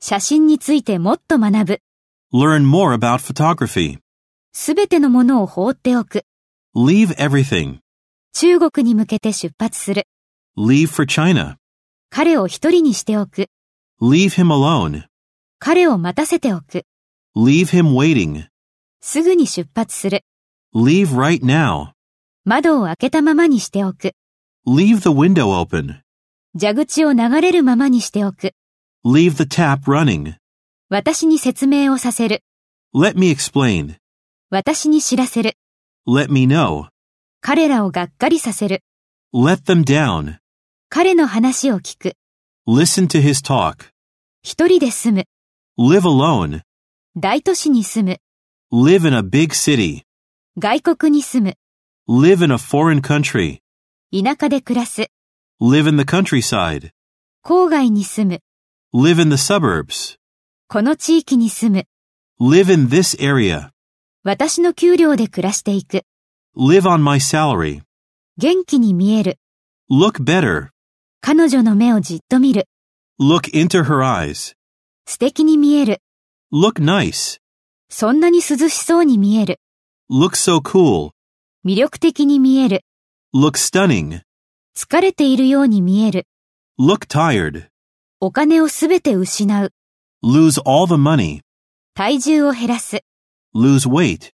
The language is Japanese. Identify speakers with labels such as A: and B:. A: 写真についてもっと学ぶ。
B: Learn more about photography.
A: すべてのものを放っておく。
B: Leave everything.
A: 中国に向けて出発する。
B: Leave for China.
A: 彼を一人にしておく。
B: Leave him alone.
A: 彼を待たせておく。
B: Leave him waiting.
A: すぐに出発する。
B: Leave right now.
A: 窓を開けたままにしておく。
B: Leave the window open.
A: 蛇口を流れるままにしておく。
B: Leave the tap running.
A: 私に説明をさせる。
B: Let me explain.
A: 私に知らせる。
B: Let me know.
A: 彼らをがっかりさせる。
B: Let them down.
A: 彼の話を聞く。
B: Listen to his talk.
A: 一人で住む。
B: Live alone.
A: 大都市に住む。
B: Live in a big city.
A: 外国に住む。
B: Live in a foreign country.
A: 田舎で暮らす。
B: Live in the countryside.
A: 郊外に住む。
B: Live in the suburbs.
A: この地域に住む。
B: Live in this area.
A: 私の給料で暮らしていく。
B: Live on my salary.
A: 元気に見える。
B: Look better.
A: 彼女の目をじっと見る。
B: Look into her eyes.
A: 素敵に見える。
B: Look nice.
A: そんなに涼しそうに見える。
B: Look so cool.
A: 魅力的に見える。
B: Look stunning.
A: 疲れているように見える。
B: Look tired.
A: お金をすべて失う。
B: Lose all the money.
A: 体重を減らす。
B: Lose weight.